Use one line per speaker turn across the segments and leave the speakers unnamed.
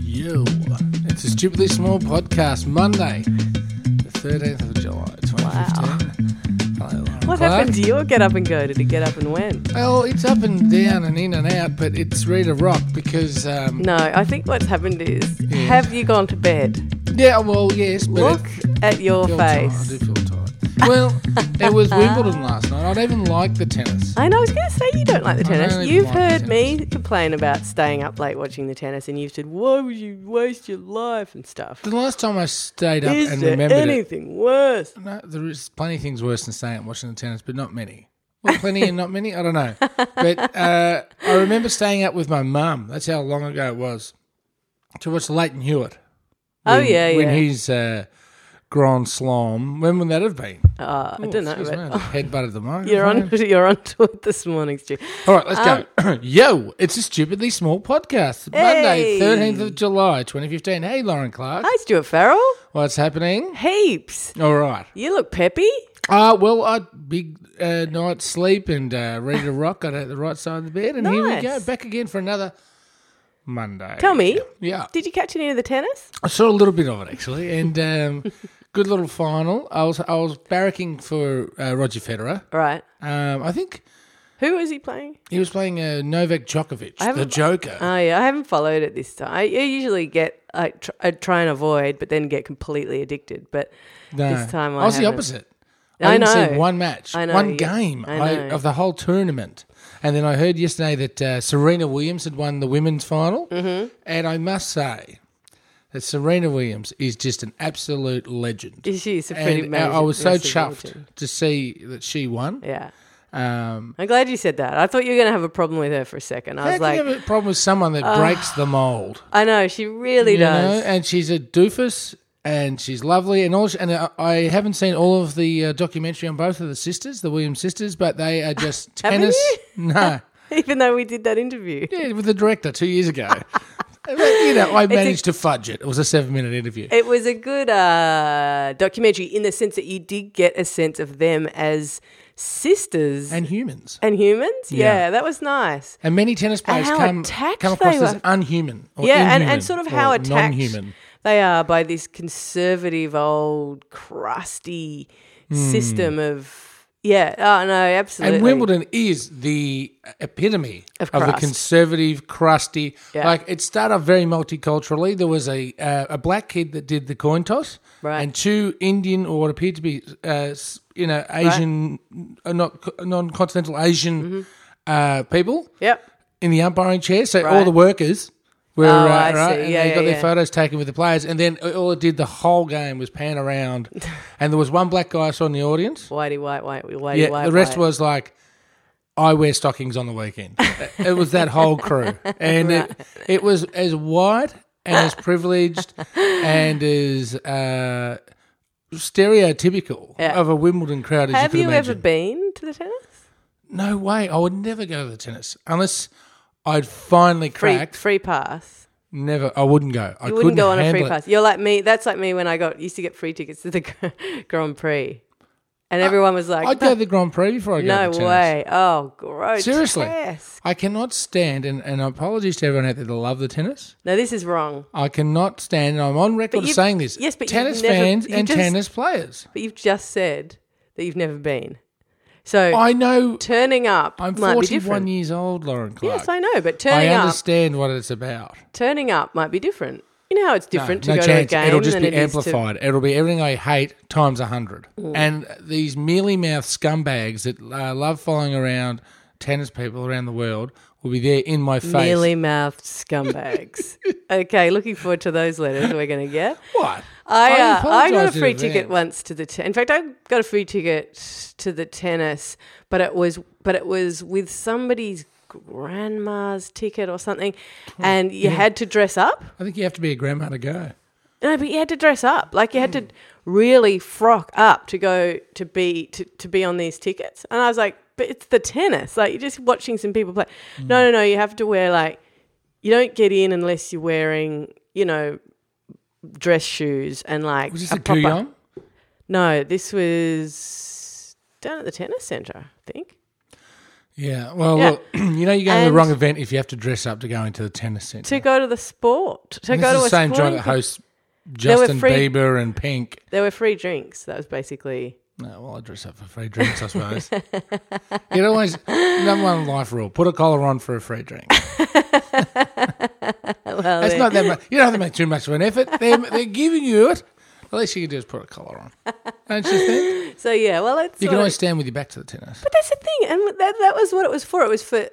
Yo, it's a stupidly small podcast. Monday, the thirteenth of July, twenty fifteen. Hello. I'm
What
Clark.
happened to your get up and go? Did it get up and went?
Well, it's up and down and in and out, but it's Rita Rock because um,
No, I think what's happened is
Yeah.
have you gone to bed?
yeah, well, yes, but
Look
it,
at your
feel tired. I
face.
do feel tired. Well, it was Wimbledon last night. I don't even like the tennis.
I know, I was going to say you don't like the
I don't
tennis.
even
You've
like the
heard me complain about staying up late watching the tennis, and you've said, why would you waste your life and stuff?
The last time I stayed up
Is
and
there
remembered it,
anything worse?
No, there is plenty of things worse than staying up watching the tennis, but not many. Well, plenty and not many. I don't know, but uh, I remember staying up with my mum. That's how long ago it was to watch Leighton Hewitt.
Oh,
When-
yeah,
when
yeah.
he's uh, Grand Slam. When would that have been?
Uh, I don't know,
Oh, Excuse me,
but
I headbutted the microphone.
you're on, you're on to it this morning, Stu.
All right, let's go. Yo, it's a stupidly small podcast. Monday,
Hey.
thirteenth of July, twenty fifteen. Hey, Lauren Clark,
Hi, Stuart Farrell.
what's happening?
Heaps.
All right.
You look peppy.
Uh, well, I big uh, night's sleep and uh, ready to rock. Got out the right side of the bed, and here we go
Nice.
back again for another Monday.
Tell me,
yeah,
did you catch any of the tennis?
I saw a little bit of it actually, and um, good little final. I was I was barracking for uh, Roger Federer.
Right.
Um, I think
Who was he playing?
he was playing uh, Novak Djokovic, the
haven't-
Joker.
Oh yeah, I haven't followed it this time. I, I usually get I, tr- I try and avoid, but then get completely addicted. But
No.
this time I
was the
haven't.
opposite.
I
didn't see
know.
one match,
I know,
one
you-
game
I
I-
know.
of the whole tournament. And then I heard yesterday that uh, Serena Williams had won the women's final. Mm-hmm. And I must say that Serena Williams is just an absolute legend.
is she a pretty
and uh, I I was so
amazing
chuffed
legend.
to see that she won.
Yeah,
Um,
I'm glad you said that. I thought you were going to have a problem with her for a second. I
how
was
can you
like,
have a problem with someone that breaks the mold?
I know she really
You know,
does.
and she's a doofus, and she's lovely, and all. she- And I, I haven't seen all of the uh, documentary on both of the sisters, the Williams sisters, but they are just
Haven't
tennis. No,
Even though we did that interview,
yeah, with the director two years ago. But, you know, I managed to fudge it. It was a seven-minute interview.
it was a good uh, documentary in the sense that you did get a sense of them as sisters and,
and humans,
humans.
Yeah.
Yeah. that was nice.
and many tennis players
how
come
attacked
come across
they
as
were.
unhuman. Or
yeah, and,
inhuman
and sort of
or
how attacked
non-human.
they are by this conservative old crusty system of yeah. Oh no, absolutely.
Hmm. And Wimbledon is the epitome of,
Of
the
crust.
conservative, crusty.
Yeah.
Like it started off very multiculturally. There was a uh, a black kid that did the coin toss,
Right.
and two Indian or what appeared to be uh, s- you know Asian, uh, not non continental Asian
Mm-hmm.
uh, people
Yep.
in the umpiring chair. So all
Right.
the workers were uh,
Oh, I
right,
see.
right and
Yeah,
they
yeah,
got their
yeah.
photos taken with the players. And then all it did the whole game was pan around, and there was one black guy I saw in the audience.
Whitey white white whitey
Yeah,
white.
the rest
white.
was like, I wear stockings on the weekend. it was that whole crew, and it, it was as white and as privileged and as uh, stereotypical
Yeah.
of a Wimbledon crowd as
Have
you
you
could imagine.
ever been to the tennis?
no way, I would never go to the tennis unless I'd finally
Free
cracked.
free pass.
Never, I wouldn't go. I
You wouldn't
couldn't
go on a free
handle it.
pass. You're like me. That's like me when I got used to get free tickets to the Grand Prix, and everyone was like,
Uh, I'd go to the Grand Prix before I go
"No
to tennis.
way! Oh, gross!
Seriously. I cannot stand, and, and apologies to everyone out there that love the tennis.
No, this is wrong.
I cannot stand, and I'm on record of
you've-
saying this.
yes, but you've
tennis
never-
fans
you
and
just-
tennis players.
But you've just said that you've never been. So
I know.
turning up
I'm
might
41
be different.
years old, Lauren Clark.
Yes, I know, but
I
turning up,
understand what it's about.
turning up might be different. You know how it's different
no
to go
chance.
to a game
It'll just
than
be
it is to.
amplified. It'll be everything I hate times a hundred. And these mealy mouthed scumbags that uh, love following around tennis people around the world will be there in my face.
Mealy mouthed scumbags. okay, looking forward to those letters we're going to get.
What?
I, uh, I got
apologise
a
in
free ticket
advance.
once to the. Te- in fact, I got a free ticket to the tennis, but it was but it was with somebody's grandma's ticket or something, and you had to dress up.
I think you have to be a grandma to go.
No, but you had to dress up. Like you had
Hmm.
to really frock up to go to be to, to be on these tickets. And I was like, but it's the tennis. Like you're just watching some people play.
Hmm.
No, no, no. You have to wear like you don't get in unless you're wearing you know dress shoes and like
Was this
a
a
proper-
Guyong?
No, this was down at the tennis centre. I think
Yeah. Well,
Yeah.
look, you know, you're going to the
And-
wrong event if you have to dress up to go into the tennis centre.
to go to the sport, to
And
go
this
to
is
a
the same joint
sporting
that
thing.
hosts
were
Justin
free-
Bieber and Pink.
There were free drinks. That was basically
No, well, I dress up for free drinks, I suppose. It always number one life rule: put a collar on for a free drink.
well,
That's
there-
not that much. You don't have to make too much of an effort. They're, they're giving you it. The least you can do is put a collar on. Don't you think?
so yeah. Well, it's
You
sort
can
of-
always stand with your back to the tennis.
But that's the thing, and that, that was what it was for. It was for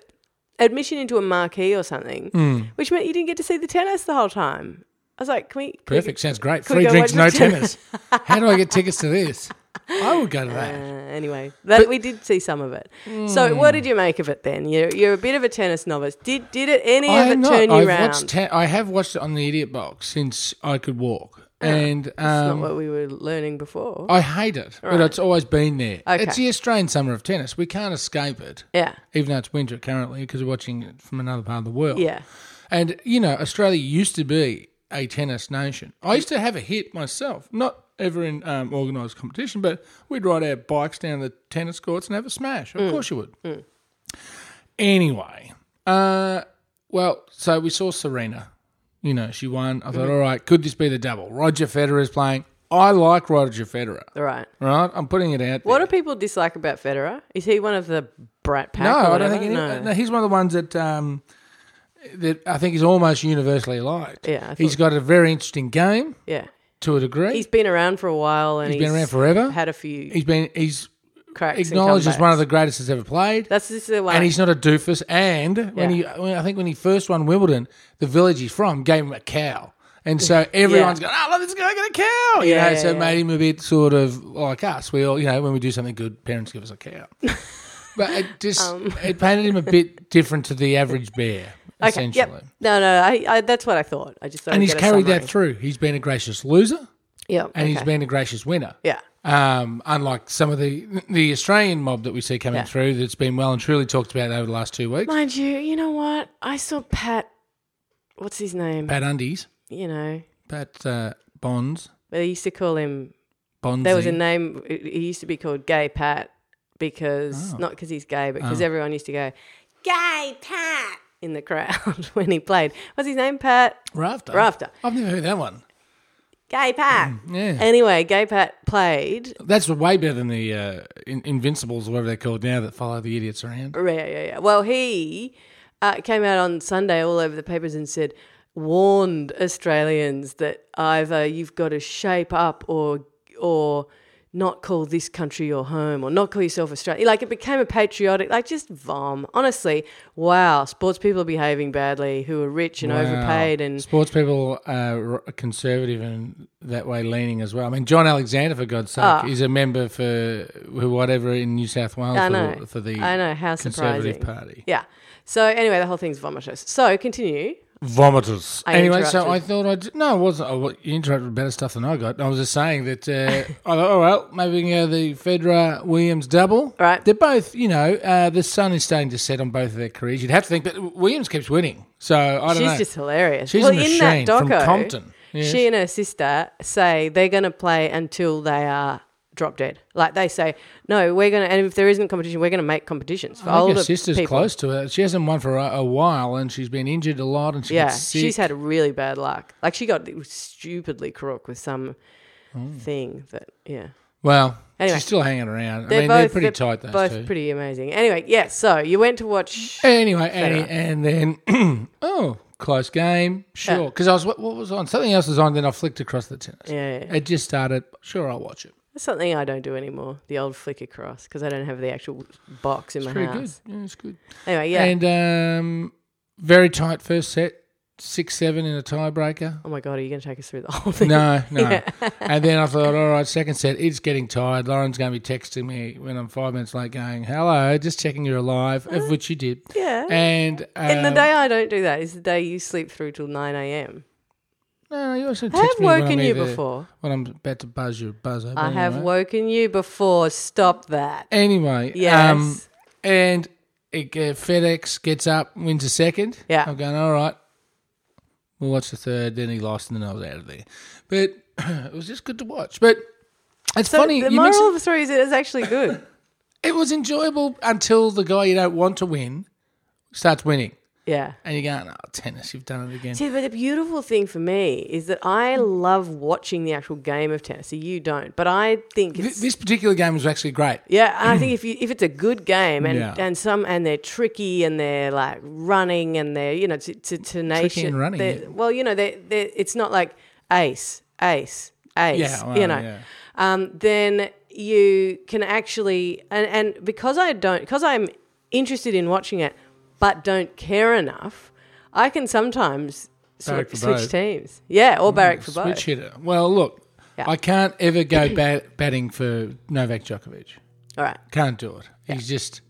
admission into a marquee or something,
Hmm.
which meant you didn't get to see the tennis the whole time. I was like, can we? can we
Perfect. Sounds great.
Could
Free
go
drinks,
watch
no
the tennis.
tennis. How do I get tickets to this? I would go to
get-"
that.
Uh, anyway, that we did see some of it. So,
Hmm.
what did you make of it then? You're you're a bit of a tennis novice. Did did it any of it
I'm not-
turn you
I've
round?
watched. Ten, I have watched it on the Idiot Box since I could walk, and
That's
um,
Oh, not what we were learning before.
I hate it. But it's always been there.
Okay.
It's the Australian summer of tennis. We can't escape it.
yeah,
even though it's winter currently because we're watching it from another part of the world.
yeah.
And, you know, Australia used to be a tennis nation. I used to have a hit myself, not ever in um, organised competition, but we'd ride our bikes down the tennis courts and have a smash. Of course you would. Anyway, uh, well, so we saw Serena. You know, she won. I thought, all right, could this be the double? Roger Federer is playing. I like Roger Federer,
All right.
right? I'm putting it out there.
What do people dislike about Federer? Is he one of the brat pack?
No,
or
I don't
whatever?
think any,
no.
no. He's one of the ones that um, that I think is almost universally liked.
Yeah, I
he's got a very interesting game
Yeah,
to a degree.
he's been around for a while, and
he's been around forever.
Had a few
he's been he's
cracks. and
acknowledged as
comebacks.
one of the greatest that's ever played.
That's this is the one.
and he's not a doofus. And when he,
Yeah.
when, I think when he first won Wimbledon, the village he's from gave him a cow, and so everyone's going, "Oh, look, this guy got a cow!" You
Yeah,
know,
yeah,
so it
yeah.
made him a bit sort of like us. We all, you know, when we do something good, parents give us a cow. but it just it painted him a bit different to the average bear,
Um. okay.
essentially.
Yep. No, no. I, I, that's what I thought. I just thought
And
I'd
he's
get a
carried
summary.
that through. He's been a gracious loser,
Yep.
and he's
okay.
been a gracious winner.
Yeah.
Um, unlike some of the the Australian mob that we see coming
Yeah.
through, that's been well and truly talked about over the last two weeks.
Mind you, you know what? I saw Pat. What's his name?
Pat Undies.
You know,
Pat uh, Bonds.
they used to call him.
Bonds.
There was a name. He used to be called Gay Pat because
Oh.
not because he's gay, but because everyone used to go Gay Pat in the crowd when he played. What's his name? Pat.
rafter.
Rafter.
I've never heard that one.
Gay Pat.
Yeah,
Anyway, Gay Pat played.
that's way better than the uh, in- Invincibles or whatever they're called now that follow the idiots around.
Yeah, yeah, yeah. Well, he uh, came out on Sunday all over the papers and said, warned Australians that either you've got to shape up or or not call this country your home or not call yourself Australia. Like it became a patriotic, like just vom. Honestly, wow, sports people are behaving badly who are rich and overpaid and
Sports people are conservative and that way leaning as well. I mean, John Alexander, for God's sake, is a member for who- whatever in New South Wales
Ah. I
for,
know.
for the
I know how
Conservative
surprising.
Party.
Yeah. So anyway, the whole thing's vomitous. So continue.
Vomiters.
I
anyway, so
interrupted.
I thought I'd. No, it wasn't. Oh, well, you interrupted with better stuff than I got. I was just saying that, uh, I thought, oh, well, maybe we can go the Federer Williams double.
Right.
They're both, you know, uh, the sun is starting to set on both of their careers. You'd have to think, but Williams keeps winning. So I don't
She's
know.
just hilarious.
She's
well,
a machine
in that
from
doco,
Compton. Yes.
she and her sister say they're going to play until they are drop dead. Like they say, no, we're going to, and if there isn't competition, we're going to make competitions
I
for
think
older
her sister's
people.
close to her. She hasn't won for a, a while, and she's been injured a lot, and she
Yeah,
gets sick.
she's had really bad luck. Like she got stupidly crook with some
Oh.
thing that, yeah.
well,
Anyway.
she's still hanging around. I
They're
mean, they're
both
pretty tight, those
both
two.
pretty amazing. Anyway, yeah. So you went to watch.
Anyway, and, and then oh, close game, sure. Because I was what, what was on something else was on, then I flicked across the tennis.
Yeah, yeah, yeah.
It just started. Sure, I'll watch it.
That's something I don't do anymore. The old flick across because I don't have the actual box in my
Pretty good.
house.
Yeah, it's good.
Anyway, yeah.
And um, very tight first set, six seven in a tiebreaker.
oh my god, are you going to take us through the whole thing?
No, no. and then I thought, all right, second set, it's getting tired. Lauren's going to be texting me when I'm five minutes late, going, "Hello, just checking you're alive," of which you did.
Yeah.
And um,
And the day I don't do that is the day you sleep through till 9 a.m.
no, no, you also
I have
text me when
woken
I'm
you
either-
before.
when I'm about to buzz your buzzer.
I have
woken.
woken you before. Stop that.
Anyway,
Yes.
um, and it, uh, FedEx gets up, wins a second.
Yeah.
I'm going, all right, we'll watch the third. Then he lost, and then I was out of there. But it was just good to watch. But it's
So
funny.
the
you
moral
mentioned-
of the story is it is actually good.
it was enjoyable until the guy you don't want to win starts winning.
Yeah.
And you're going, oh, tennis, you've done it again.
See, but the beautiful thing for me is that I love watching the actual game of tennis. So you don't, but I think
Th-
it's
This particular game was actually great.
yeah. and I think if you if it's a good game and
Yeah.
and some and they're tricky and they're like running and they're you know t- t- tenacious.
and running,
they're-
yeah.
Well, you know they they it's not like ace ace ace.
Yeah, well,
you know.
yeah.
um, then you can actually and, and because I don't because I'm interested in watching it but don't care enough, I can sometimes
Barrack
sort
for
switch
both. Mm,
teams. Yeah, or barrack for
Switch
both.
hitter. Well, look,
Yeah.
I can't ever go bat- batting for Novak Djokovic.
All right.
Can't do it. He's just.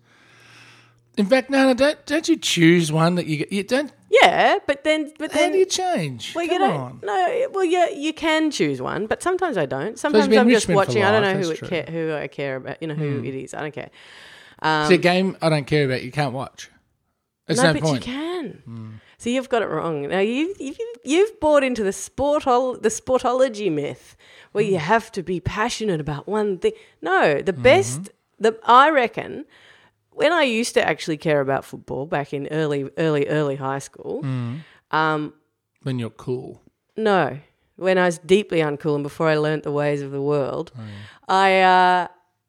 In fact, no, no, don't don't you choose one that you you don't.
Yeah, but then but
How
then
do you change?
Um, well,
Come
you don't,
on.
No, well, yeah, you can choose one, but sometimes I don't. Sometimes
been
I'm just
Richmond for
watching. I don't
life,
know who
that's Hmm.
it care, who I care about. You know who it is. I don't care. Um,
it's a game I don't care about. You can't watch. It's no,
no, but
point. Hmm.
you can. So you've got it wrong. Now you you you've bought into the sportol the sportology myth, where you
Hmm.
have to be passionate about one thing. No, the best the I reckon. When I used to actually care about football back in early early early high school, um,
When you're cool,
no, when I was deeply uncool and before I learnt the ways of the world, I uh,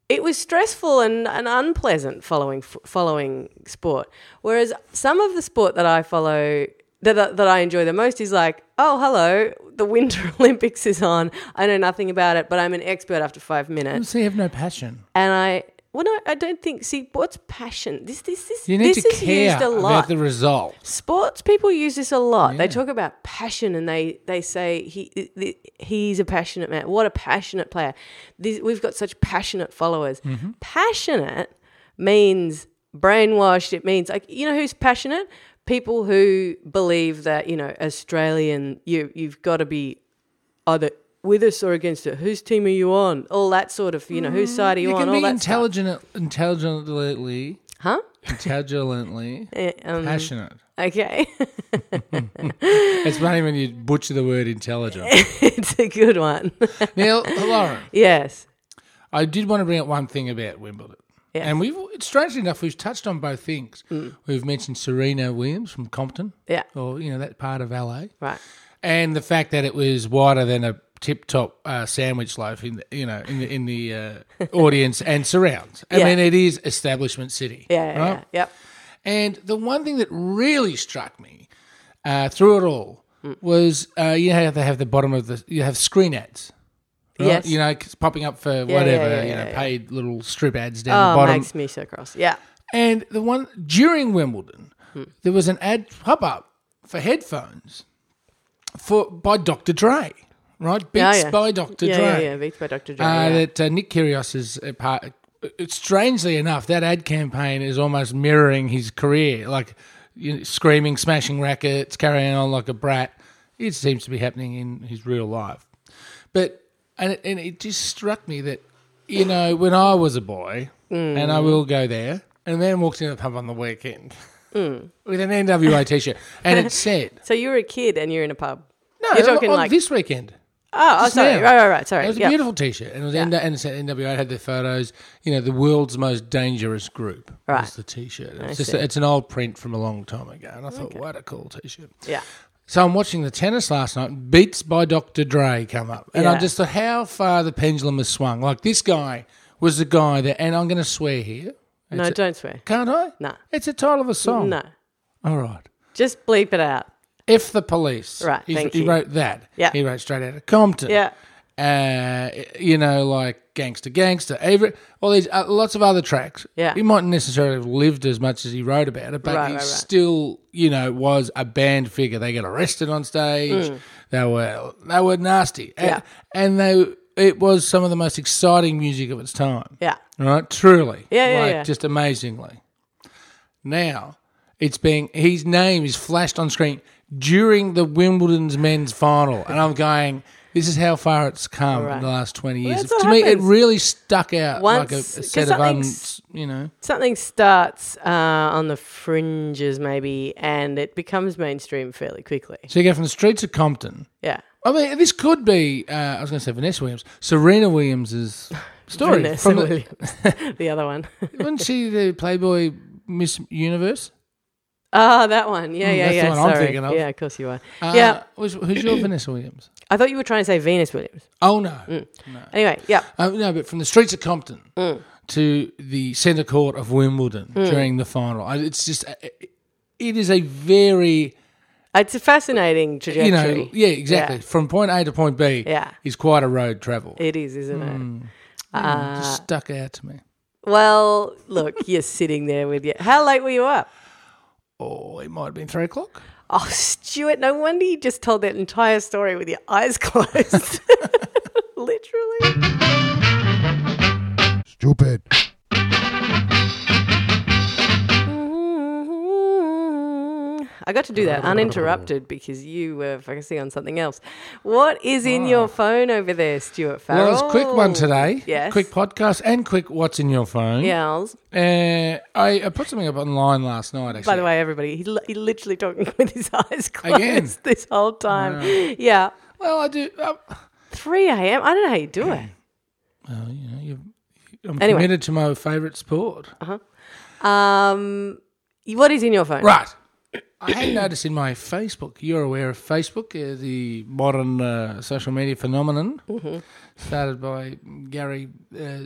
it was stressful and, and unpleasant following f- following sport. Whereas some of the sport that I follow that I- that I enjoy the most is like, oh hello, the Winter Olympics is on. I know nothing about it, but I'm an expert after five minutes,
so you have no passion.
and I. Well, no, I don't think. See, what's passion? This, this, this,
You need
this
to
is
care
used a lot.
about the result.
Sports people use this a lot.
Yeah.
They talk about passion and they, they say he th- he's a passionate man. What a passionate player. This, we've got such passionate followers.
Mm-hmm.
Passionate means brainwashed. It means like you know who's passionate? People who believe that, you know, Australian you you've got to be either with us or against it. Whose team are you on? All that sort of, you know, whose side are you,
You
on?
can
all
be
that
intelligent, intelligently,
stuff. Huh?
intelligently
Eh, um,
passionate.
okay.
It's funny when you butcher the word intelligent.
it's a good one.
now, Lauren,
yes.
I did want to bring up one thing about Wimbledon.
Yes. Mm.
And we've, strangely enough, we've touched on both things. We've mentioned Serena Williams from Compton,
Yeah.
or, you know, that part of LA,
Right.
and the fact that it was wider than a tip top uh, sandwich loaf in the, you know, in the, in the uh, audience and surrounds. I
Yeah.
mean, it is establishment city.
Yeah. yeah,
right?
yeah. Yep.
And the one thing that really struck me uh, through it all was uh, you know how they have the bottom of the you have screen ads.
Yes.
You know, 'cause popping up for
yeah,
whatever,
yeah,
you know,
yeah, yeah.
paid little strip ads down
Oh,
the bottom.
makes me so cross. Yeah.
And the one during Wimbledon,
Hmm.
there was an ad pop up for headphones for by Dr. Dre, right? Beats
Oh, yeah.
by Dr.
Yeah,
Dre.
yeah, yeah. Beats by Dr. Dre.
Uh,
Oh, yeah.
That uh, Nick Kyrgios is a part. Strangely enough, that ad campaign is almost mirroring his career, like you know, screaming, smashing rackets, carrying on like a brat. It seems to be happening in his real life. But and it, and it just struck me that you know when I was a boy,
Mm.
and I will go there, and a man walked in the pub on the weekend
Mm.
with an NWA t-shirt, and it said,
So you were a kid and you're in a pub.
"No,
You're talking
on
like-
this weekend."
Oh, oh
Just
sorry.
now.
Right, right, right. Sorry.
It was a
yeah.
beautiful T-shirt, and it was N- and it said NWA had their photos. You know, the world's most dangerous group
Right.
was the T-shirt. It's just
see.
it's an old print from a long time ago, and I thought, what a cool T-shirt.
Yeah.
So I'm watching the tennis last night. Beats by Dr. Dre come up, and I
Yeah.
just thought how far the pendulum has swung. Like this guy was the guy that, and I'm going to swear here.
No,
It's a- Oh.
don't swear.
can't I?
No.
It's a title of a song.
No.
All right.
Just bleep it out.
If the police.
Right,
He,
thank
he
you.
wrote that.
Yeah.
He wrote straight out of Compton
Yeah.
uh, you know, like Gangster Gangster, every, all these uh, lots of other tracks.
Yeah.
He mightn't necessarily have lived as much as he wrote about it, but
Right,
he
right, right.
still, you know, was a banned figure. They got arrested on stage. They were they were nasty.
Mm. Yeah.
And, and they it was some of the most exciting music of its time.
Yeah.
Right? Truly.
Yeah, yeah,
Like
yeah.
just amazingly. Now it's being his name is flashed on screen during the Wimbledon's men's final. And I'm going, this is how far it's come in
Right.
the last twenty years.
that's what
to me it
happens.
really stuck out like a, a
Once- 'cause
set of un,
something's-
you know.
Something starts uh, on the fringes, maybe, and it becomes mainstream fairly quickly.
So you go from the streets of Compton.
Yeah.
I mean, this could be. Uh, I was going to say Vanessa Williams, Serena Williams is story
Vanessa
from the,
Williams, the other one.
wasn't she the Playboy Miss Universe?
Ah, that one. Yeah,
Mm,
yeah,
that's the
yeah.
one I'm
sorry.
thinking of.
Yeah, of course you are.
Uh,
Yeah.
who's, who's your Vanessa Williams?
I thought you were trying to say Venus Williams.
Oh no, no.
Anyway, yeah.
Uh, no, but from the streets of Compton
Mm.
to the centre court of Wimbledon during the final, I, it's just uh, it is a very
It's a fascinating trajectory.
you know yeah exactly from point A to point B
Yeah.
is quite a road travel.
It is, isn't it?
Mm, just stuck out to me.
Well, look, you're sitting there with you. How late were you up?
Oh, it might have been three o'clock.
Oh, Stuart, no wonder you just told that entire story with your eyes closed. Literally.
Stupid.
I got to do that uninterrupted because you were focusing on something else. What is in your phone over there, Stuart Farrell?
Ah. Well, it was a quick one today.
Oh, Yes.
quick podcast and quick. What's in your phone?
Gals.
Uh, I, I put something up online last night. Actually,
By the way, everybody, he, li- he literally talking with his eyes closed
Again.
this whole time. Yeah.
well, I do. Uh,
3 a.m. I don't know how you do it.
well, you know, you, I'm
Anyway.
committed to my favourite sport.
Um, you- what is in your phone?
Mm. Right. I had noticed in my Facebook, you're aware of Facebook, uh, the modern uh, social media phenomenon
Mm-hmm.
started by Gary uh,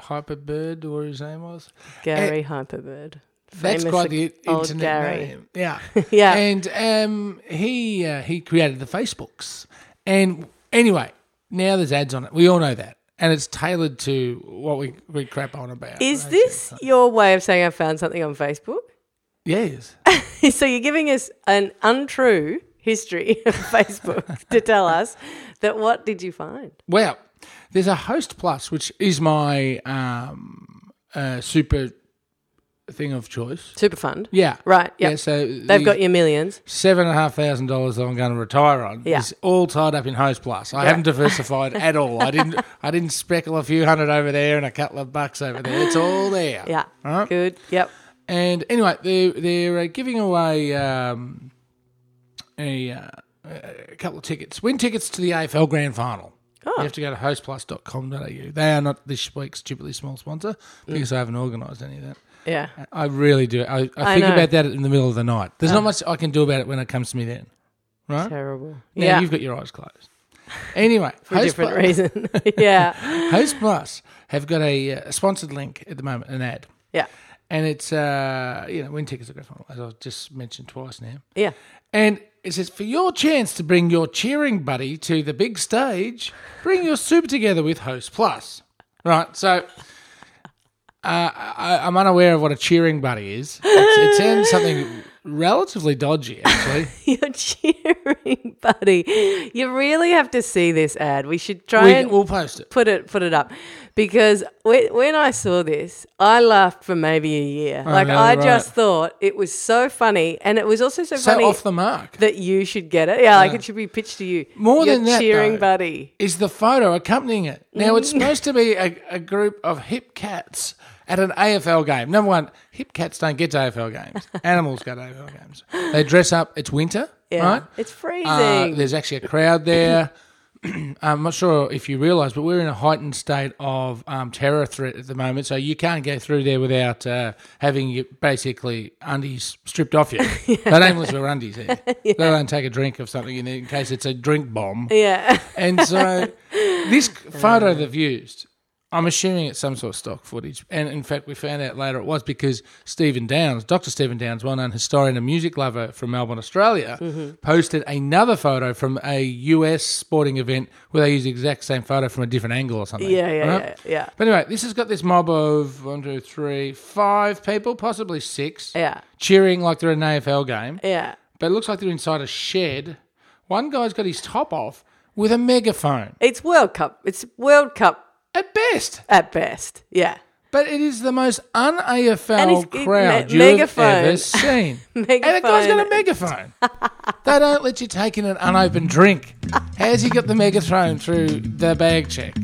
Hyperbird, or his name was.
Gary Hyperbird.
Eh, That's
Famous
quite the
old
internet
Gary.
name. Yeah.
Yeah.
And um, he uh, he created the Facebooks. And anyway, now there's ads on it. We all know that. And it's tailored to what we, we crap on about.
Is
right?
this your way of saying I found something on Facebook?
Yes.
so you're giving us an untrue history of Facebook to tell us that what did you find?
Well, there's a Host Plus, which is my um, uh, super thing of choice.
Super fund.
Yeah.
Right. Yep.
Yeah. So
They've got your millions.
seven and a half thousand dollars that I'm going to retire on
Yeah.
is all tied up in Host Plus. I haven't diversified at all. I didn't. I didn't speckle a few hundred over there and a couple of bucks over there. It's all there.
Yeah.
All right.
Good. Yep.
And anyway, they're they're uh, giving away um, a, uh, a couple of tickets. Win tickets to the AFL Grand Final.
Oh.
You have to go to hostplus.com.au. They are not this week's stupidly small sponsor because I haven't organised any of that.
Yeah.
I really do. I, I,
I
think
know. Oh.
about that in the middle of the night. There's not much I can do about it when it comes to me then. Right?
Terrible.
Now
yeah.
you've got your eyes closed. Anyway,
For a different reason. yeah.
Host Plus have got a, uh, a sponsored link at the moment, an ad.
Yeah.
And it's, uh, you know, win tickets are grand final, as I've just mentioned twice now.
Yeah.
And it says, for your chance to bring your cheering buddy to the big stage, bring your super together with Host Plus. Right. So uh, I, I'm unaware of what a cheering buddy is. It's, it sounds something relatively dodgy, actually.
You're cheering, buddy. You really have to see this ad. We should try
we,
and
we'll post it.
put it put it up because when, when I saw this, I laughed for maybe a year. like
Oh, no,
I
right.
just thought it was so funny, and it was also so,
So
funny
off the mark.
that you should get it. Yeah, like it should be pitched to you.
More
Your
than that,
cheering
though.
buddy.
Is the photo accompanying it? Now, it's supposed to be a, a group of hip cats at an AFL game. Number one, hip cats don't get to AFL games. Animals go to AFL games. They dress up. It's winter,
Yeah,
right?
it's freezing.
Uh, there's actually a crowd there. I'm not sure if you realise, but we're in a heightened state of um, terror threat at the moment. So you can't go through there without uh, having your basically undies stripped off you. They don't even wear undies there. They don't take a drink of something in, there in case it's a drink bomb.
yeah,
And so this photo
Um.
they've used, I'm assuming it's some sort of stock footage. And in fact, we found out later it was because Stephen Downs, Dr. Stephen Downs, well known historian and music lover from Melbourne, Australia,
Mm-hmm.
posted another photo from a US sporting event where they used the exact same photo from a different angle or something.
yeah, yeah,
right?
yeah, yeah,
But anyway, this has got this mob of one, two, three, five people, possibly six,
yeah,
cheering like they're at an AFL game
yeah.
but it looks like they're inside a shed. One guy's got his top off with a megaphone.
It's World Cup. It's World Cup
At best,
at best. Yeah,
but it is the most un
And it's-
AFL
it-
crowd
me-
you've
megaphone.
ever seen. And the guy's got a megaphone. they don't let you take in an unopened drink. How's he got the megaphone through the bag check?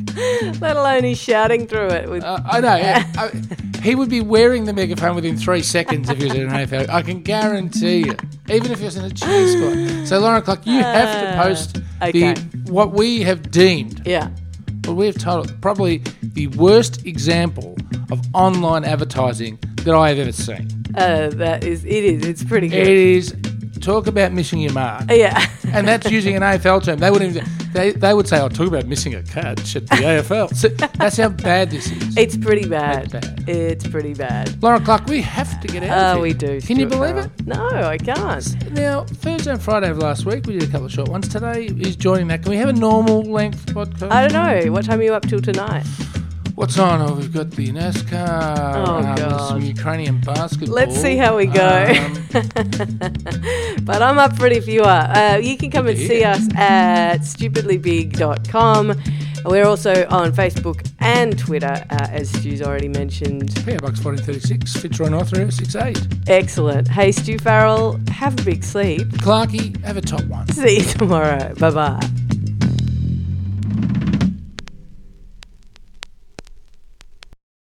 let alone he's shouting through it with
Uh, I know. yeah. I- he would be wearing the megaphone within three seconds if he was in an AFL. I can guarantee you. Even if he was in a cheer squad. So, Lauren Clark, you have to post
Uh, okay.
the, what we have deemed
yeah.
Well, we've titled it probably the worst example of online advertising that I have ever seen.
Uh, that is, it is. It's pretty
It
good.
is talk about missing your mark.
yeah.
And that's using an AFL term. They wouldn't even, they, they would say, oh, talk about missing a catch at the AFL. So that's how bad this is.
It's pretty bad.
That's bad.
It's pretty bad.
Laura Clark, we have to get out of
Oh,
here.
we do.
Can you
Stuart
believe
Farrell. No, I can't.
it? Now, Thursday and Friday of last week, we did a couple of short ones. Today is joining that. Can we have a normal length podcast?
I don't know. What time are you up till tonight?
What's on? Oh, we've got the NASCAR.
Oh,
um,
God.
Some Ukrainian basketball.
Let's see how we go.
Um,
But I'm up for it if you are. Uh, you can come and see us at stupidlybig.com. We're also on Facebook and Twitter, uh, as Stu's already mentioned.
PO Box 1436, Fitzroy North 368.
Excellent. Hey, Stu Farrell, have a big sleep.
Clarkey, have a top one.
See you tomorrow. Bye bye.